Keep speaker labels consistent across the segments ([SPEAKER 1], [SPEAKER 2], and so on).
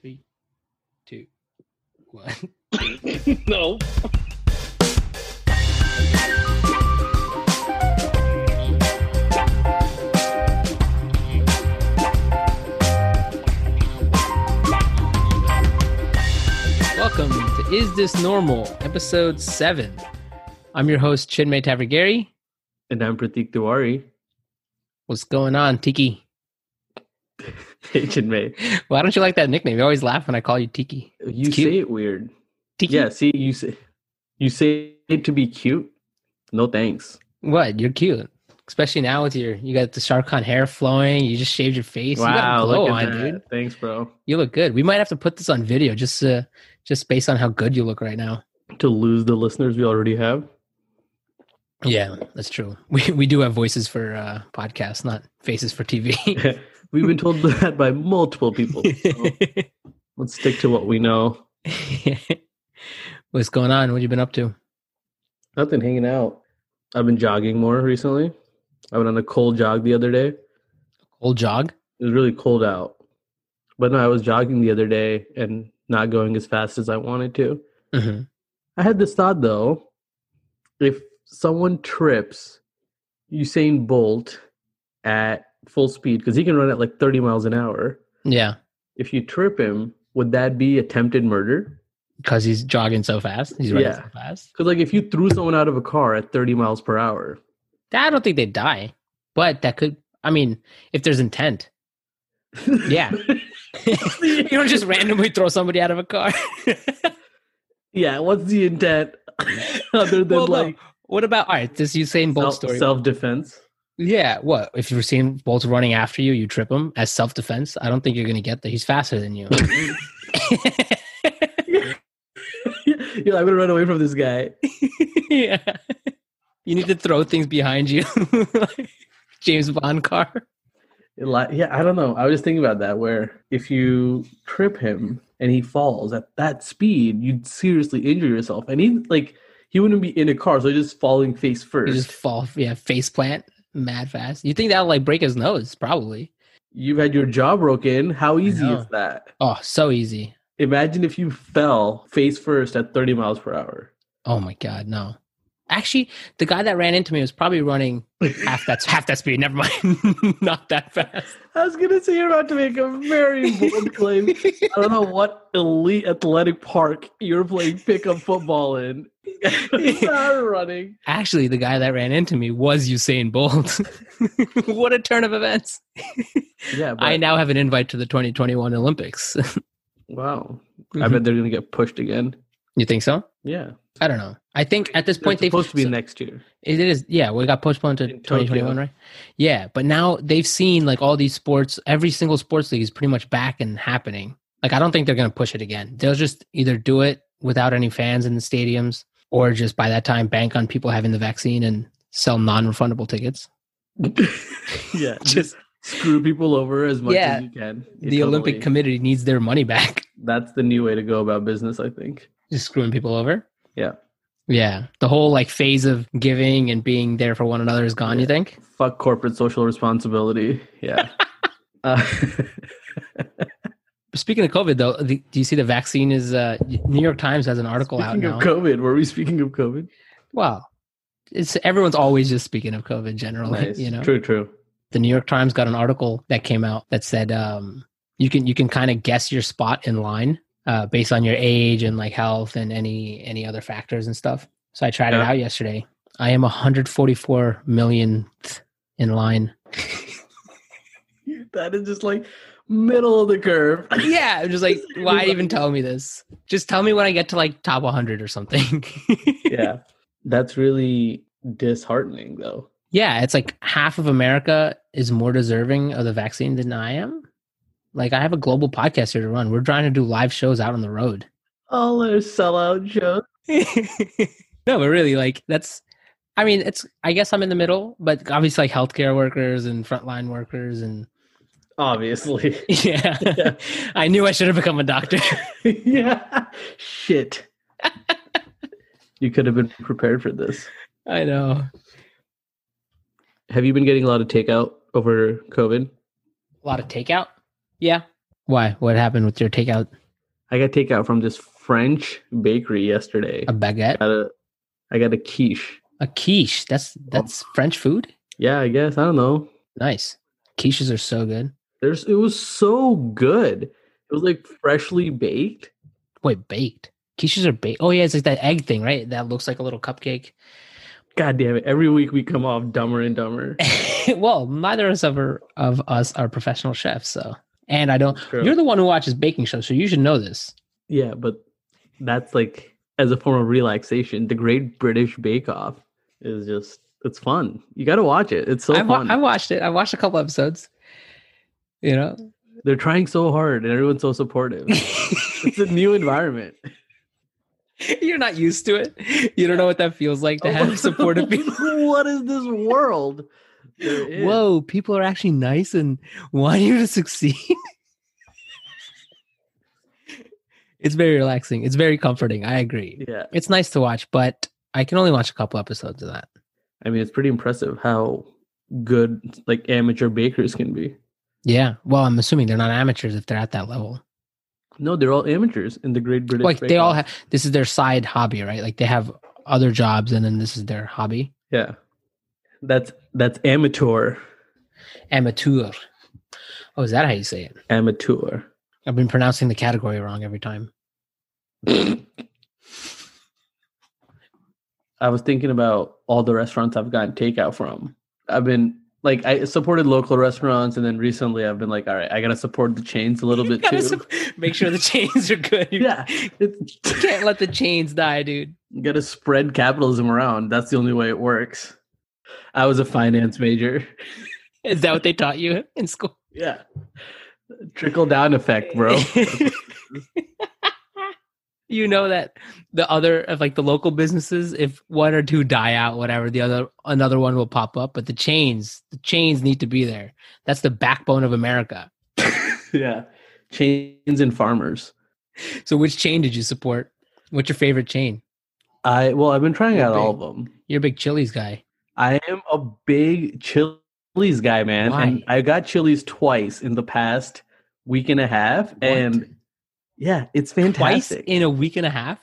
[SPEAKER 1] Three, two, one.
[SPEAKER 2] no.
[SPEAKER 1] Welcome to Is This Normal, episode seven. I'm your host, Chinmay Tavergari.
[SPEAKER 2] And I'm Pratik Tiwari.
[SPEAKER 1] What's going on, Tiki?
[SPEAKER 2] Hey, Chinmay.
[SPEAKER 1] Why don't you like that nickname? You always laugh when I call you Tiki.
[SPEAKER 2] You
[SPEAKER 1] It's cute.
[SPEAKER 2] say it weird.
[SPEAKER 1] Tiki?
[SPEAKER 2] Yeah, see, you say you say it to be cute. No thanks.
[SPEAKER 1] What? You're cute. Especially now with your, you got the Sharkon hair flowing. You just shaved your face. you got a
[SPEAKER 2] wow,
[SPEAKER 1] glow
[SPEAKER 2] look at
[SPEAKER 1] on,
[SPEAKER 2] that.
[SPEAKER 1] dude.
[SPEAKER 2] Thanks, bro.
[SPEAKER 1] You look good. We might have to put this on video just uh, just based on how good you look right now.
[SPEAKER 2] To lose the listeners we already have.
[SPEAKER 1] Yeah, that's true. We we do have voices for uh, podcasts, not faces for TV.
[SPEAKER 2] We've been told that by multiple people. So let's stick to what we know.
[SPEAKER 1] What's going on? What you been up to?
[SPEAKER 2] Nothing hanging out. I've been jogging more recently. I went on a cold jog the other day.
[SPEAKER 1] Old jog?
[SPEAKER 2] It was really cold out. But no, I was jogging the other day and not going as fast as I wanted to. Mm-hmm.
[SPEAKER 1] hmm
[SPEAKER 2] I had this thought though. If someone trips Usain Bolt at full speed, because he can run at like 30 miles an hour,
[SPEAKER 1] Yeah,
[SPEAKER 2] if you trip him, would that be attempted murder?
[SPEAKER 1] because he's jogging so fast. He's running
[SPEAKER 2] Yeah.
[SPEAKER 1] so fast.
[SPEAKER 2] Because, like, if you threw someone out of a car at 30 miles per hour,
[SPEAKER 1] I don't think they die, but that could. I mean, if there's intent, Yeah. you don't just randomly throw somebody out of a car.
[SPEAKER 2] yeah, what's the intent other than
[SPEAKER 1] Well, no.
[SPEAKER 2] like
[SPEAKER 1] what about all right? This Usain Bolt
[SPEAKER 2] self,
[SPEAKER 1] story.
[SPEAKER 2] self-defense?
[SPEAKER 1] Yeah, what if you're seeing Bolt's running after you? You trip him as self defense. I don't think you're gonna get there. He's faster than you.
[SPEAKER 2] yeah, I'm gonna run away from this guy.
[SPEAKER 1] yeah, you need to throw things behind you, like James Bond car.
[SPEAKER 2] Eli- Yeah, I don't know. I was just thinking about that. Where if you trip him and he falls at that speed, you'd seriously injure yourself. And he like he wouldn't be in a car, so he's just falling face
[SPEAKER 1] You
[SPEAKER 2] first.
[SPEAKER 1] just fall, yeah, face plant, mad fast. You think that'll like break his nose? Probably.
[SPEAKER 2] You've had your jaw broken. How easy
[SPEAKER 1] know.
[SPEAKER 2] is that?
[SPEAKER 1] Oh, so easy.
[SPEAKER 2] Imagine if you fell face first at 30 miles per hour.
[SPEAKER 1] Oh my god, no. Actually, the guy that ran into me was probably running half that half that speed. Never mind, not that fast.
[SPEAKER 2] I was gonna say you're about to make a very bold claim. I don't know what elite athletic park you're playing pickup football in. Not running.
[SPEAKER 1] Actually, the guy that ran into me was Usain Bolt. what a turn of events.
[SPEAKER 2] Yeah, but
[SPEAKER 1] I now have an invite to the 2021 Olympics.
[SPEAKER 2] wow. I bet they're gonna get pushed again.
[SPEAKER 1] you think so?
[SPEAKER 2] Yeah,
[SPEAKER 1] I don't know. I think at this point they've
[SPEAKER 2] They're supposed to be
[SPEAKER 1] so-
[SPEAKER 2] next year.
[SPEAKER 1] it is yeah, we got postponed to
[SPEAKER 2] In
[SPEAKER 1] 2021,
[SPEAKER 2] Tokyo.
[SPEAKER 1] right? Yeah, but now they've seen like all these sports, every single sports league is pretty much back and happening. Like I don't think they're going to push it again. They'll just either do it without any fans in the stadiums or just by that time bank on people having the vaccine and sell non-refundable tickets.
[SPEAKER 2] yeah,
[SPEAKER 1] Just
[SPEAKER 2] just screw people over as much
[SPEAKER 1] Yeah,
[SPEAKER 2] as you can.
[SPEAKER 1] the Olympic
[SPEAKER 2] Totally.
[SPEAKER 1] committee needs their money back.
[SPEAKER 2] That's the new way to go about business, I think.
[SPEAKER 1] Just screwing people over.
[SPEAKER 2] Yeah.
[SPEAKER 1] Yeah. The whole like phase of giving and being there for one another is gone, you
[SPEAKER 2] Yeah.
[SPEAKER 1] think?
[SPEAKER 2] Fuck corporate social responsibility. Yeah. uh,
[SPEAKER 1] Speaking of COVID though, the, do you see the vaccine is uh New York Times has an article out
[SPEAKER 2] speaking
[SPEAKER 1] now.
[SPEAKER 2] of COVID, were we speaking of COVID?
[SPEAKER 1] well, it's everyone's always just speaking of COVID generally,
[SPEAKER 2] Nice.
[SPEAKER 1] you know.
[SPEAKER 2] True, true.
[SPEAKER 1] The New York Times got an article that came out that said um you can you can kind of guess your spot in line uh based on your age and like health and any any other factors and stuff. So I tried it
[SPEAKER 2] Yeah.
[SPEAKER 1] out yesterday. I am 144 millionth in line.
[SPEAKER 2] That is just like middle of the curve.
[SPEAKER 1] yeah, I'm just like,
[SPEAKER 2] Just
[SPEAKER 1] why
[SPEAKER 2] like-
[SPEAKER 1] even tell me this? Just tell me when I get to like top 100 or something.
[SPEAKER 2] yeah. That's really disheartening though.
[SPEAKER 1] yeah, it's like half of America is more deserving of the vaccine than I am. Like, I have a global podcast here to run. We're trying to do live shows out on the road.
[SPEAKER 2] All our sellout jokes.
[SPEAKER 1] no, but really, like, that's, I mean, it's, I guess I'm in the middle, but obviously, like, healthcare workers and frontline workers. And
[SPEAKER 2] Obviously.
[SPEAKER 1] yeah,
[SPEAKER 2] Yeah.
[SPEAKER 1] I knew I should have become a doctor.
[SPEAKER 2] yeah. Shit. you could have been prepared for this.
[SPEAKER 1] I know.
[SPEAKER 2] Have you been getting a lot of takeout over COVID?
[SPEAKER 1] a lot of takeout. Yeah, Why? What happened with your takeout?
[SPEAKER 2] I got takeout from this French bakery yesterday.
[SPEAKER 1] A baguette,
[SPEAKER 2] Got a, I got a quiche.
[SPEAKER 1] a quiche. That's that's French food.
[SPEAKER 2] Yeah, I guess I don't know.
[SPEAKER 1] Nice. Quiches are so good.
[SPEAKER 2] There's it was so good. It was like freshly baked.
[SPEAKER 1] Wait, baked. Quiches are baked. Oh yeah, it's like that egg thing, right? That looks like a little cupcake.
[SPEAKER 2] God damn it! Every week we come off dumber and dumber.
[SPEAKER 1] well, neither of us are, of us are professional chefs, so and I don't.
[SPEAKER 2] True.
[SPEAKER 1] You're the one who watches baking shows, so you should know this.
[SPEAKER 2] Yeah, but that's like as a form of relaxation. The Great British Bake Off is just it's fun. You got to watch it. It's so
[SPEAKER 1] I, wa-
[SPEAKER 2] fun.
[SPEAKER 1] I watched it. I watched a couple episodes. You know,
[SPEAKER 2] They're trying so hard, and everyone's so supportive. it's a new environment.
[SPEAKER 1] you're not used to it. You don't know what that feels like
[SPEAKER 2] Oh.
[SPEAKER 1] to have supportive people.
[SPEAKER 2] what is this world? they're in?
[SPEAKER 1] Whoa, people are actually nice and want you to succeed. it's very relaxing. It's very comforting. I agree.
[SPEAKER 2] Yeah,
[SPEAKER 1] It's nice to watch, but I can only watch a couple episodes of that.
[SPEAKER 2] I mean it's pretty impressive how good like amateur bakers can be.
[SPEAKER 1] Yeah. Well, I'm assuming they're not amateurs if they're at that level.
[SPEAKER 2] No, they're all amateurs in the Great British.
[SPEAKER 1] Like
[SPEAKER 2] Bake
[SPEAKER 1] they all
[SPEAKER 2] Off.
[SPEAKER 1] have this is their side hobby, right? Like they have other jobs and then this is their hobby.
[SPEAKER 2] Yeah, that's that's amateur,
[SPEAKER 1] Amateur. Oh, is that how you say it?
[SPEAKER 2] amateur.
[SPEAKER 1] I've been pronouncing the category wrong every time.
[SPEAKER 2] I was thinking about all the restaurants I've gotten takeout from. I've been like I supported local restaurants, and then recently I've been like, all right, I gotta support the chains a little bit
[SPEAKER 1] Gotta
[SPEAKER 2] too.
[SPEAKER 1] sup- make sure the chains are good. You
[SPEAKER 2] yeah, it's,
[SPEAKER 1] can't let the chains die, dude.
[SPEAKER 2] gotta spread capitalism around. That's the only way it works. I was a finance major.
[SPEAKER 1] Is that what they taught you in school?
[SPEAKER 2] Yeah, trickle down effect, bro.
[SPEAKER 1] you know that the other of like the local businesses, if one or two die out, whatever, the other another one will pop up. But the chains, the chains need to be there. That's the backbone of America.
[SPEAKER 2] yeah, chains and farmers.
[SPEAKER 1] So which chain did you support? What's your favorite chain?
[SPEAKER 2] I well, I've been trying out all of them.
[SPEAKER 1] You're a big Chili's guy.
[SPEAKER 2] I am a big Chili's guy, man.
[SPEAKER 1] Why?
[SPEAKER 2] And I got Chili's twice in the past week and a half. And yeah, it's
[SPEAKER 1] twice
[SPEAKER 2] fantastic.
[SPEAKER 1] in a week and a half.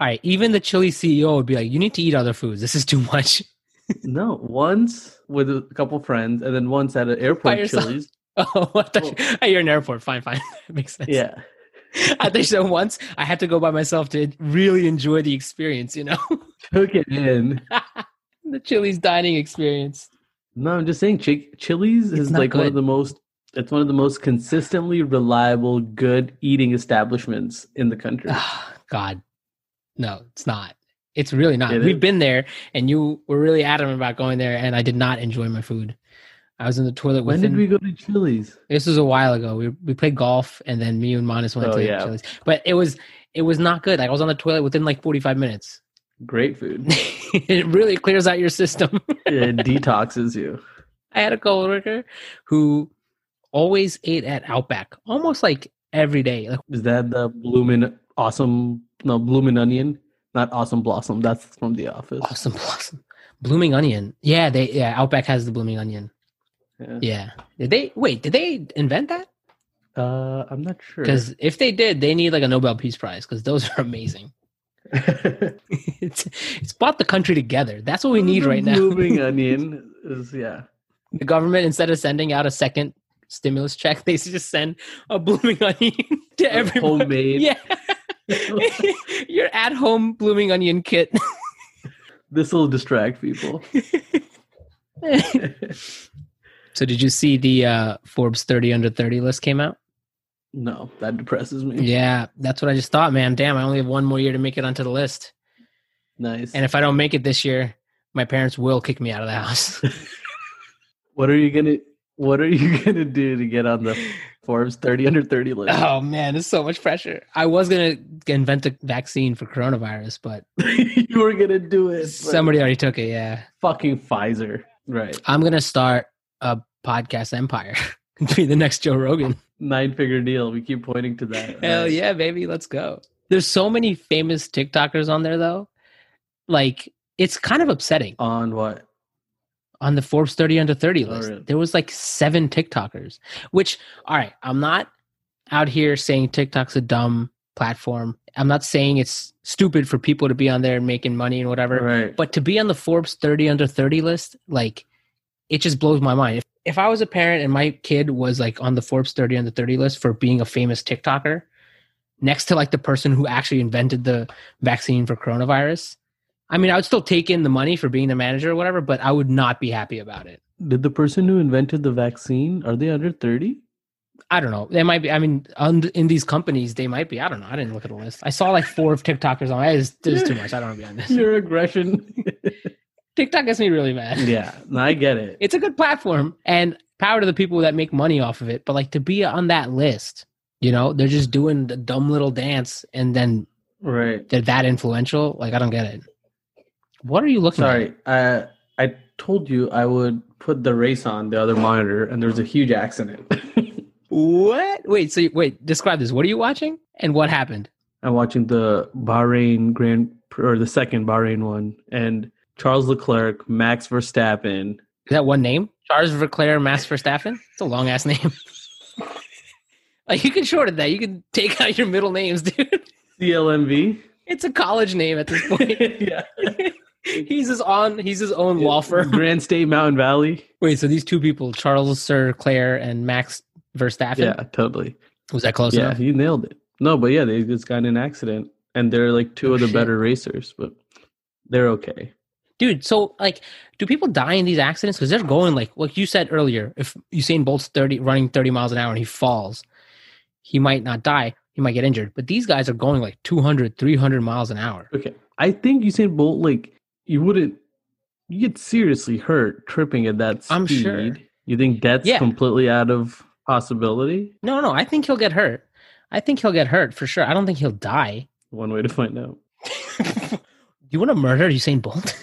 [SPEAKER 1] All right, even the Chili CEO would be like, "You need to eat other foods. This is too much."
[SPEAKER 2] no, once with a couple friends, and then once at an airport
[SPEAKER 1] yourself.
[SPEAKER 2] Chili's.
[SPEAKER 1] Oh, what the? You're in an airport. Fine, fine. Makes sense.
[SPEAKER 2] Yeah.
[SPEAKER 1] at the show once i had to go by myself to really enjoy the experience you know
[SPEAKER 2] Took it in.
[SPEAKER 1] the chili's dining experience
[SPEAKER 2] No, I'm just saying Chi- Chili's
[SPEAKER 1] It's
[SPEAKER 2] is
[SPEAKER 1] not
[SPEAKER 2] like one
[SPEAKER 1] good.
[SPEAKER 2] of the most it's one of the most consistently reliable good eating establishments in the country.
[SPEAKER 1] Ah, god no it's not it's really not
[SPEAKER 2] It
[SPEAKER 1] we've
[SPEAKER 2] is.
[SPEAKER 1] been there and you were really adamant about going there and i did not enjoy my food i was in the toilet with
[SPEAKER 2] when did we go to Chili's?
[SPEAKER 1] this was a while ago we, we played golf and then me and Manas went
[SPEAKER 2] Oh,
[SPEAKER 1] to
[SPEAKER 2] yeah.
[SPEAKER 1] chili's but it was it was not good like i was on the toilet within like 45 minutes
[SPEAKER 2] Great food.
[SPEAKER 1] it really clears out your system
[SPEAKER 2] it detoxes you.
[SPEAKER 1] I had a coworker who always ate at Outback, almost like every day. Like,
[SPEAKER 2] Is that the bloomin' awesome? No, bloomin' onion, not awesome blossom. That's from The Office.
[SPEAKER 1] awesome blossom, blooming onion. Yeah, they yeah Outback has the blooming onion.
[SPEAKER 2] Yeah.
[SPEAKER 1] Yeah, did they wait? Did they invent that?
[SPEAKER 2] Uh, I'm not sure.
[SPEAKER 1] Because if they did, they need like a Nobel Peace Prize because those are amazing.
[SPEAKER 2] we
[SPEAKER 1] it's it's brought the country together. That's what we need right now.
[SPEAKER 2] Blooming onion is yeah.
[SPEAKER 1] The government instead of sending out a second stimulus check, they should just send a blooming onion to everyone.
[SPEAKER 2] Homemade.
[SPEAKER 1] Yeah. Your at home blooming onion kit.
[SPEAKER 2] this will distract people.
[SPEAKER 1] so did you see the uh, Forbes 30 under 30 list came out?
[SPEAKER 2] no, that depresses me.
[SPEAKER 1] Yeah, that's what I just thought, man. Damn, I only have one more year to make it onto the list.
[SPEAKER 2] Nice.
[SPEAKER 1] And if I don't make it this year, my parents will kick me out of the house.
[SPEAKER 2] what are you gonna What are you gonna do to get on the Forbes 30 under 30 list?
[SPEAKER 1] oh man, it's so much pressure. I was going to invent a vaccine for coronavirus, but
[SPEAKER 2] you were gonna do it. but
[SPEAKER 1] somebody already took it, yeah.
[SPEAKER 2] fucking Pfizer. Right.
[SPEAKER 1] I'm going to start a podcast empire. Be the next Joe Rogan.
[SPEAKER 2] Nine figure deal. We keep pointing to that.
[SPEAKER 1] Hell
[SPEAKER 2] right?
[SPEAKER 1] yeah, baby, let's go. There's so many famous TikTokers on there though. Like it's kind of upsetting.
[SPEAKER 2] On what?
[SPEAKER 1] On the Forbes 30 under 30
[SPEAKER 2] Oh,
[SPEAKER 1] list,
[SPEAKER 2] really?
[SPEAKER 1] there was like seven TikTokers, which all right, I'm not out here saying TikTok's a dumb platform. I'm not saying it's stupid for people to be on there and making money and whatever,
[SPEAKER 2] Right.
[SPEAKER 1] but to be on the Forbes 30 under 30 list, like it just blows my mind. If, if I was a parent and my kid was like on the Forbes 30 under 30 list for being a famous TikToker next to like the person who actually invented the vaccine for coronavirus, I mean, I would still take in the money for being the manager or whatever, but I would not be happy about it.
[SPEAKER 2] Did the person who invented the vaccine are they under thirty?
[SPEAKER 1] I don't know. They might be. I mean, on, in these companies, they might be. I don't know. I didn't look at the list. I saw like four of TikTokers on. This is too much. I don't want to be on this.
[SPEAKER 2] Your aggression.
[SPEAKER 1] TikTok gets me really mad.
[SPEAKER 2] yeah, no, I get it.
[SPEAKER 1] It's a good platform and power to the people that make money off of it. But like to be on that list, you know, they're just doing the dumb little dance and then
[SPEAKER 2] Right.
[SPEAKER 1] they're that influential. Like, I don't get it. What are you looking at?
[SPEAKER 2] Sorry, uh, I told you I would put the race on the other monitor, and there was a huge accident.
[SPEAKER 1] What? Wait, so you, wait, describe this. What are you watching and what happened?
[SPEAKER 2] I'm watching the Bahrain Grand or the second Bahrain one, and Charles Leclerc, Max Verstappen.
[SPEAKER 1] Is that one name? Charles Verclair Mass Verstappen? It's a long ass name. like you can shorten that. You can take out your middle names, dude.
[SPEAKER 2] CLMV.
[SPEAKER 1] It's a college name at this point.
[SPEAKER 2] yeah.
[SPEAKER 1] he's his on he's his own law firm.
[SPEAKER 2] Grand State Mountain Valley.
[SPEAKER 1] Wait, so these two people, Charles Sir Claire and Max Verstappen?
[SPEAKER 2] Yeah, totally.
[SPEAKER 1] Was that close
[SPEAKER 2] yeah,
[SPEAKER 1] enough?
[SPEAKER 2] you nailed it. No, but yeah, they just got in an accident, and they're like two
[SPEAKER 1] Oh,
[SPEAKER 2] of the
[SPEAKER 1] shit.
[SPEAKER 2] better racers, but they're okay.
[SPEAKER 1] Dude, so like do people die in these accidents? Because they're going like like you said earlier, if Usain Bolt's thirty running thirty miles an hour and he falls, he might not die. He might get injured. But these guys are going like 200, 300 miles an hour.
[SPEAKER 2] Okay. I think Usain Bolt, like, you wouldn't, you get seriously hurt tripping at that speed.
[SPEAKER 1] I'm sure.
[SPEAKER 2] You think that's
[SPEAKER 1] Yeah.
[SPEAKER 2] completely out of possibility?
[SPEAKER 1] No, no, I think he'll get hurt. I think he'll get hurt for sure. I don't think he'll die.
[SPEAKER 2] One way to find out.
[SPEAKER 1] you want to murder Usain Bolt?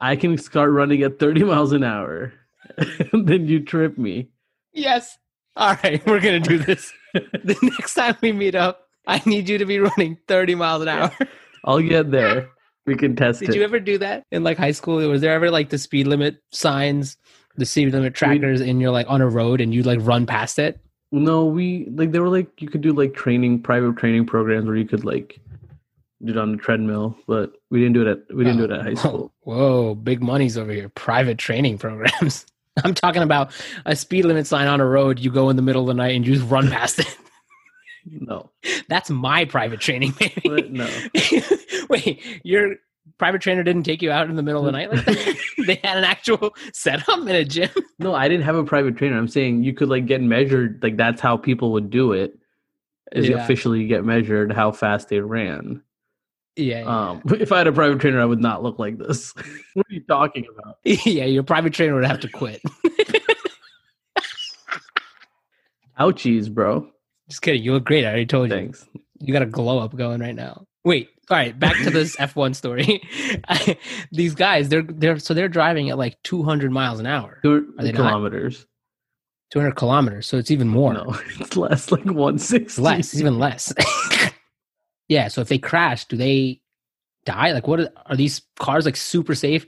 [SPEAKER 2] I can start running at 30 miles an hour. then you trip me.
[SPEAKER 1] yes. All right, we're gonna do this. the next time we meet up, I need you to be running 30 miles an hour.
[SPEAKER 2] I'll get there. We can test
[SPEAKER 1] Did
[SPEAKER 2] it.
[SPEAKER 1] you ever do that in like high school? Was there ever like the speed limit signs, the speed limit trackers, and you're like on a road and you like run past it?
[SPEAKER 2] no, we, like, they were like, you could do like training, private training programs where you could like do it on the treadmill, but we didn't do it at, we didn't do it
[SPEAKER 1] Oh.
[SPEAKER 2] at high school.
[SPEAKER 1] Whoa, big money's over here. Private training programs. I'm talking about a speed limit sign on a road. You go in the middle of the night and you just run past it.
[SPEAKER 2] No,
[SPEAKER 1] That's my private training,
[SPEAKER 2] But
[SPEAKER 1] baby.
[SPEAKER 2] no.
[SPEAKER 1] Wait, your private trainer didn't take you out in the middle of the night like that? they had an actual setup in a gym.
[SPEAKER 2] No, I didn't have a private trainer. I'm saying you could like get measured. Like that's how people would do it. Is
[SPEAKER 1] Yeah.
[SPEAKER 2] officially get measured how fast they ran.
[SPEAKER 1] Yeah, yeah.
[SPEAKER 2] Um, if I had a private trainer, I would not look like this. what are you talking about?
[SPEAKER 1] yeah. Your private trainer would have to quit.
[SPEAKER 2] Ouchies, bro.
[SPEAKER 1] Just kidding. You look great. I already told you.
[SPEAKER 2] Thanks.
[SPEAKER 1] You got a glow up going right now. Wait. All right. Back to this F1 story. These guys, they're they're so they're driving at like 200 miles an hour,
[SPEAKER 2] Two
[SPEAKER 1] they not?
[SPEAKER 2] kilometers.
[SPEAKER 1] 200 kilometers. So it's even more.
[SPEAKER 2] No, it's less like one
[SPEAKER 1] It's
[SPEAKER 2] sixty.
[SPEAKER 1] less. It's even less. yeah. So if they crash, do they die? Like, what are, are these cars like super safe?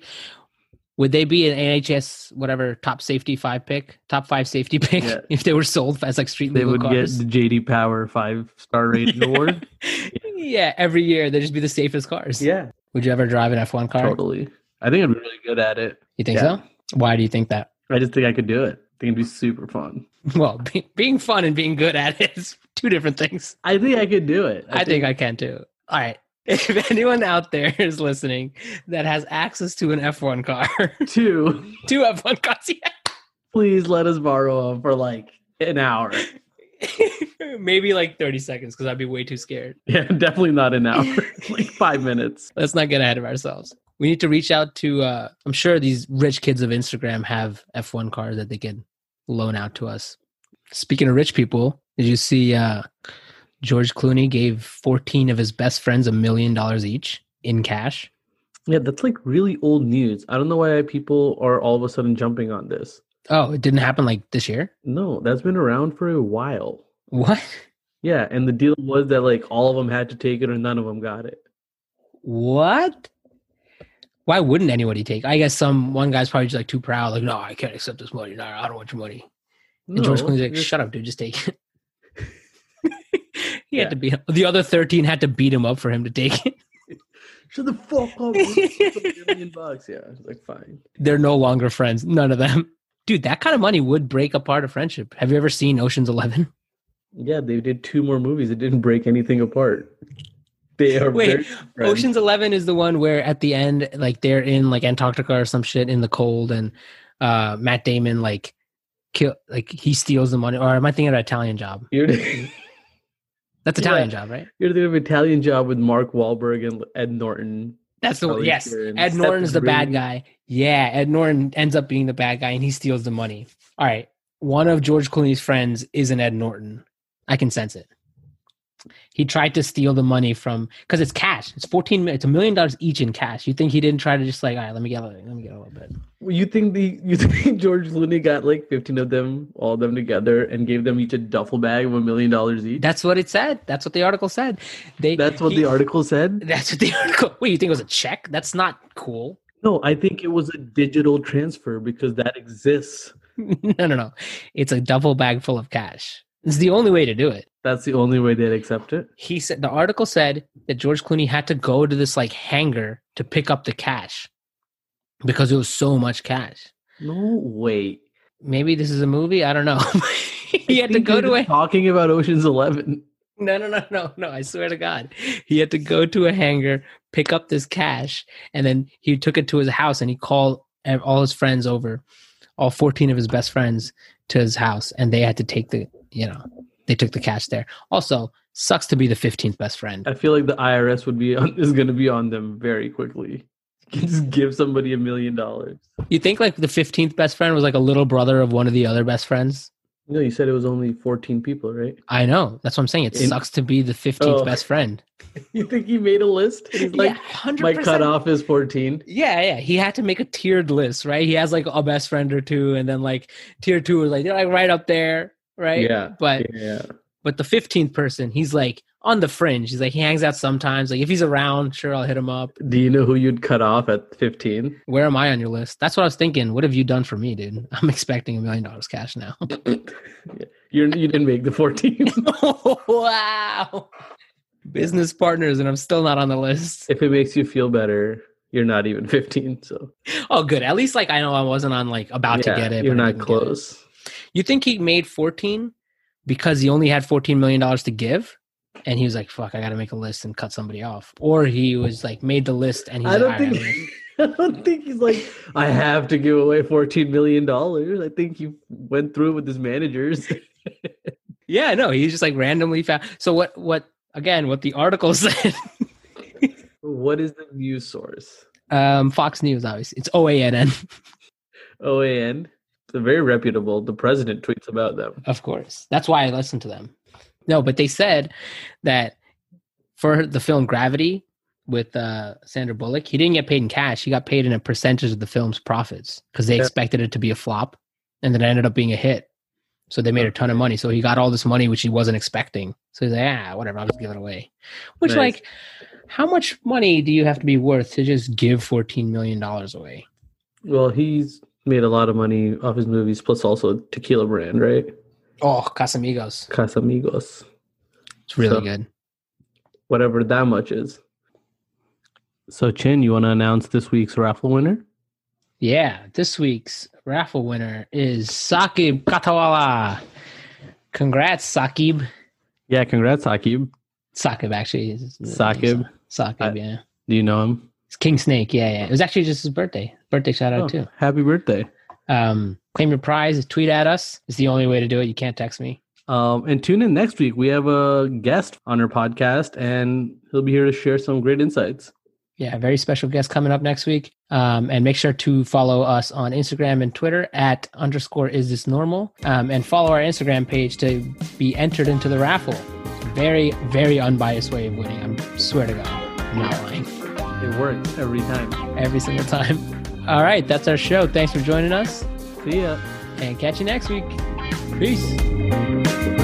[SPEAKER 1] Would they be an NHS whatever top safety five pick, top five safety pick
[SPEAKER 2] Yeah.
[SPEAKER 1] if they were sold as like street
[SPEAKER 2] They
[SPEAKER 1] legal
[SPEAKER 2] would
[SPEAKER 1] cars?
[SPEAKER 2] get the JD Power five star rating award.
[SPEAKER 1] yeah, every year they'd just be the safest cars.
[SPEAKER 2] Yeah,
[SPEAKER 1] Would you ever drive an F1 car?
[SPEAKER 2] totally. I think I'd be really good at it.
[SPEAKER 1] You think
[SPEAKER 2] Yeah.
[SPEAKER 1] so? Why do you think that?
[SPEAKER 2] I just think I could do it. I think it'd be super fun.
[SPEAKER 1] Well, be, being fun and being good at it is two different things.
[SPEAKER 2] I think I could do it.
[SPEAKER 1] I, think, I can too. All right. If anyone out there is listening that has access to an F1 car,
[SPEAKER 2] too.
[SPEAKER 1] two F1 cars,
[SPEAKER 2] please let us borrow them for like an hour.
[SPEAKER 1] yeah. maybe like 30 seconds because I'd be way too scared.
[SPEAKER 2] Yeah, definitely not an hour. like five minutes.
[SPEAKER 1] Let's not get ahead of ourselves. We need to reach out to, uh, I'm sure these rich kids of Instagram have F1 cars that they can loan out to us. Speaking of rich people, did you see uh, George Clooney gave 14 of his best friends a million dollars each in cash?
[SPEAKER 2] Yeah, that's like really old news. I don't know why people are all of a sudden jumping on this.
[SPEAKER 1] Oh, it didn't happen like this year?
[SPEAKER 2] No, that's been around for a while.
[SPEAKER 1] What?
[SPEAKER 2] Yeah, and the deal was that like all of them had to take it or none of them got it.
[SPEAKER 1] What? Why wouldn't anybody take? I guess some one guy's probably just like too proud, like, no, I can't accept this money. No, I don't want your money. And George Clooney's like,
[SPEAKER 2] just-
[SPEAKER 1] shut up, dude, just take it. He had to beat him. The other 13 had to beat him up for him to take it.
[SPEAKER 2] Shut the fuck up. It's a million bucks. Yeah, I was like, fine.
[SPEAKER 1] They're no longer friends. None of them. Dude, that kind of money would break apart a friendship. Have you ever seen Ocean's 11?
[SPEAKER 2] Yeah, they did two more movies. It didn't break anything apart. They are
[SPEAKER 1] Wait,
[SPEAKER 2] very good friends.
[SPEAKER 1] Ocean's 11 is the one where at the end, like they're in like Antarctica or some shit in the cold and uh, Matt Damon like kill, like he steals the money. Or am I thinking of Italian job?
[SPEAKER 2] You're, you're
[SPEAKER 1] That's
[SPEAKER 2] Yeah.
[SPEAKER 1] Italian job, right?
[SPEAKER 2] doing an Italian job with Mark Wahlberg and Ed Norton.
[SPEAKER 1] That's the one.
[SPEAKER 2] Charlize
[SPEAKER 1] Yes.
[SPEAKER 2] Theron,
[SPEAKER 1] Ed
[SPEAKER 2] Seth
[SPEAKER 1] Norton's the bad
[SPEAKER 2] Green.
[SPEAKER 1] guy. Yeah, Ed Norton ends up being the bad guy and he steals the money. All right. One of George Clooney's friends is an Ed Norton. I can sense it. He tried to steal the money from because it's cash. It's fourteen. mi- It's a million dollars each in cash. You think he didn't try to just like, all right, let me get, a little- let me get a little bit.
[SPEAKER 2] Well, You think the you think George Clooney got like fifteen of them, all of them together, and gave them each a duffel bag of a million dollars each?
[SPEAKER 1] That's what it said. That's what the article said. They.
[SPEAKER 2] That's what
[SPEAKER 1] he-
[SPEAKER 2] the article said.
[SPEAKER 1] That's what the article. Wait, you think it was a check? That's not cool.
[SPEAKER 2] No, I think it was a digital transfer because that exists.
[SPEAKER 1] no, no, no. It's a duffel bag full of cash. It's the only way to do it.
[SPEAKER 2] That's the only way they'd accept it.
[SPEAKER 1] he said the article said that George Clooney had to go to this like hangar to pick up the cash because it was so much cash.
[SPEAKER 2] No way.
[SPEAKER 1] Maybe this is a movie. I don't know. he
[SPEAKER 2] I
[SPEAKER 1] had to
[SPEAKER 2] think
[SPEAKER 1] go
[SPEAKER 2] you're
[SPEAKER 1] to
[SPEAKER 2] just
[SPEAKER 1] a
[SPEAKER 2] Talking about Ocean's Eleven.
[SPEAKER 1] no, no, no, no, no. I swear to God, he had to go to a hangar, pick up this cash, and then he took it to his house and he called ev- all his friends over, all fourteen of his best friends to his house, and they had to take the you know they took the cash there. Also, sucks to be the fifteenth best friend.
[SPEAKER 2] I feel like the IRS would be on, is going to be on them very quickly. You can just give somebody a million dollars.
[SPEAKER 1] You think like the fifteenth best friend was like a little brother of one of the other best friends?
[SPEAKER 2] No, you said it was only fourteen people, right?
[SPEAKER 1] I know. That's what I'm saying. It
[SPEAKER 2] In-
[SPEAKER 1] sucks to be the fifteenth
[SPEAKER 2] Oh.
[SPEAKER 1] best friend.
[SPEAKER 2] You think he made a list? He's like,
[SPEAKER 1] hundred
[SPEAKER 2] my cutoff is fourteen.
[SPEAKER 1] Yeah, yeah. He had to make a tiered list, right? He has like a best friend or two, and then like tier two is like they're like right up there, right?
[SPEAKER 2] Yeah,
[SPEAKER 1] But
[SPEAKER 2] yeah.
[SPEAKER 1] but the fifteenth person, he's like on the fringe. He's like he hangs out sometimes. Like if he's around, sure I'll hit him up.
[SPEAKER 2] Do you know who you'd cut off at fifteen?
[SPEAKER 1] Where am I on your list? That's what I was thinking. What have you done for me, dude? I'm expecting a million dollars cash now.
[SPEAKER 2] You're you didn't make the fourteen.
[SPEAKER 1] wow. Business partners, and I'm still not on the list.
[SPEAKER 2] if it makes you feel better, you're not even fifteen. So
[SPEAKER 1] Oh, good. At least, like, I know I wasn't on, like, about
[SPEAKER 2] yeah,
[SPEAKER 1] to get it.
[SPEAKER 2] You're
[SPEAKER 1] but I
[SPEAKER 2] not
[SPEAKER 1] didn't get it.
[SPEAKER 2] close.
[SPEAKER 1] You think he made 14 because he only had $14 million to give? And he was like, fuck, I got to make a list and cut somebody off. Or he was like, made the list and he's
[SPEAKER 2] I
[SPEAKER 1] like,
[SPEAKER 2] don't
[SPEAKER 1] "All right,
[SPEAKER 2] think.
[SPEAKER 1] I'm gonna-"
[SPEAKER 2] I don't think he's like. I have to give away fourteen million dollars. I think he went through it with his managers.
[SPEAKER 1] Yeah, no, he's just like randomly found. So, what, what, again, what the article said,
[SPEAKER 2] What is the news source?
[SPEAKER 1] um, Fox News, obviously, it's OANN,
[SPEAKER 2] OAN. They're very reputable. The president tweets about them.
[SPEAKER 1] of course. That's why I listen to them. No, but they said that for the film Gravity with uh, Sandra Bullock, he didn't get paid in cash. He got paid in a percentage of the film's profits because they
[SPEAKER 2] Yeah.
[SPEAKER 1] expected it to be a flop, and then it ended up being a hit. So they made a ton of money. So he got all this money which he wasn't expecting. So he's like, ah, whatever, I'll just give it away. Which,
[SPEAKER 2] Nice.
[SPEAKER 1] like, how much money do you have to be worth to just give fourteen million dollars away?
[SPEAKER 2] Well, he's made a lot of money off his movies, plus also Tequila Brand, right?
[SPEAKER 1] Oh, Casamigos,
[SPEAKER 2] Casamigos,
[SPEAKER 1] it's really
[SPEAKER 2] So-
[SPEAKER 1] good.
[SPEAKER 2] whatever that much is. So, Chin, you want to announce this week's raffle winner?
[SPEAKER 1] Yeah, this week's raffle winner is Saqib Katawala. Congrats, Saqib.
[SPEAKER 2] Yeah, congrats, Akib.
[SPEAKER 1] Saqib, actually. is-
[SPEAKER 2] Saqib.
[SPEAKER 1] Saqib,
[SPEAKER 2] I-
[SPEAKER 1] yeah.
[SPEAKER 2] Do you know him?
[SPEAKER 1] It's King Snake, yeah, yeah. It was actually just his birthday. Birthday shout
[SPEAKER 2] Oh,
[SPEAKER 1] out, too.
[SPEAKER 2] happy birthday!
[SPEAKER 1] Um, claim your prize, tweet at us. It's the only way to do it. You can't text me.
[SPEAKER 2] Um, and tune in next week. We have a guest on our podcast, and he'll be here to share some great insights.
[SPEAKER 1] Yeah, very special guest coming up next week. Um, and make sure to follow us on Instagram and Twitter at underscore is this normal. Um, and follow our Instagram page to be entered into the raffle. Very, very unbiased way of winning. I swear to God, I'm not lying
[SPEAKER 2] It works every time.
[SPEAKER 1] every single time. All right, that's our show. Thanks for joining us
[SPEAKER 2] See ya.
[SPEAKER 1] and catch you next week. Peace.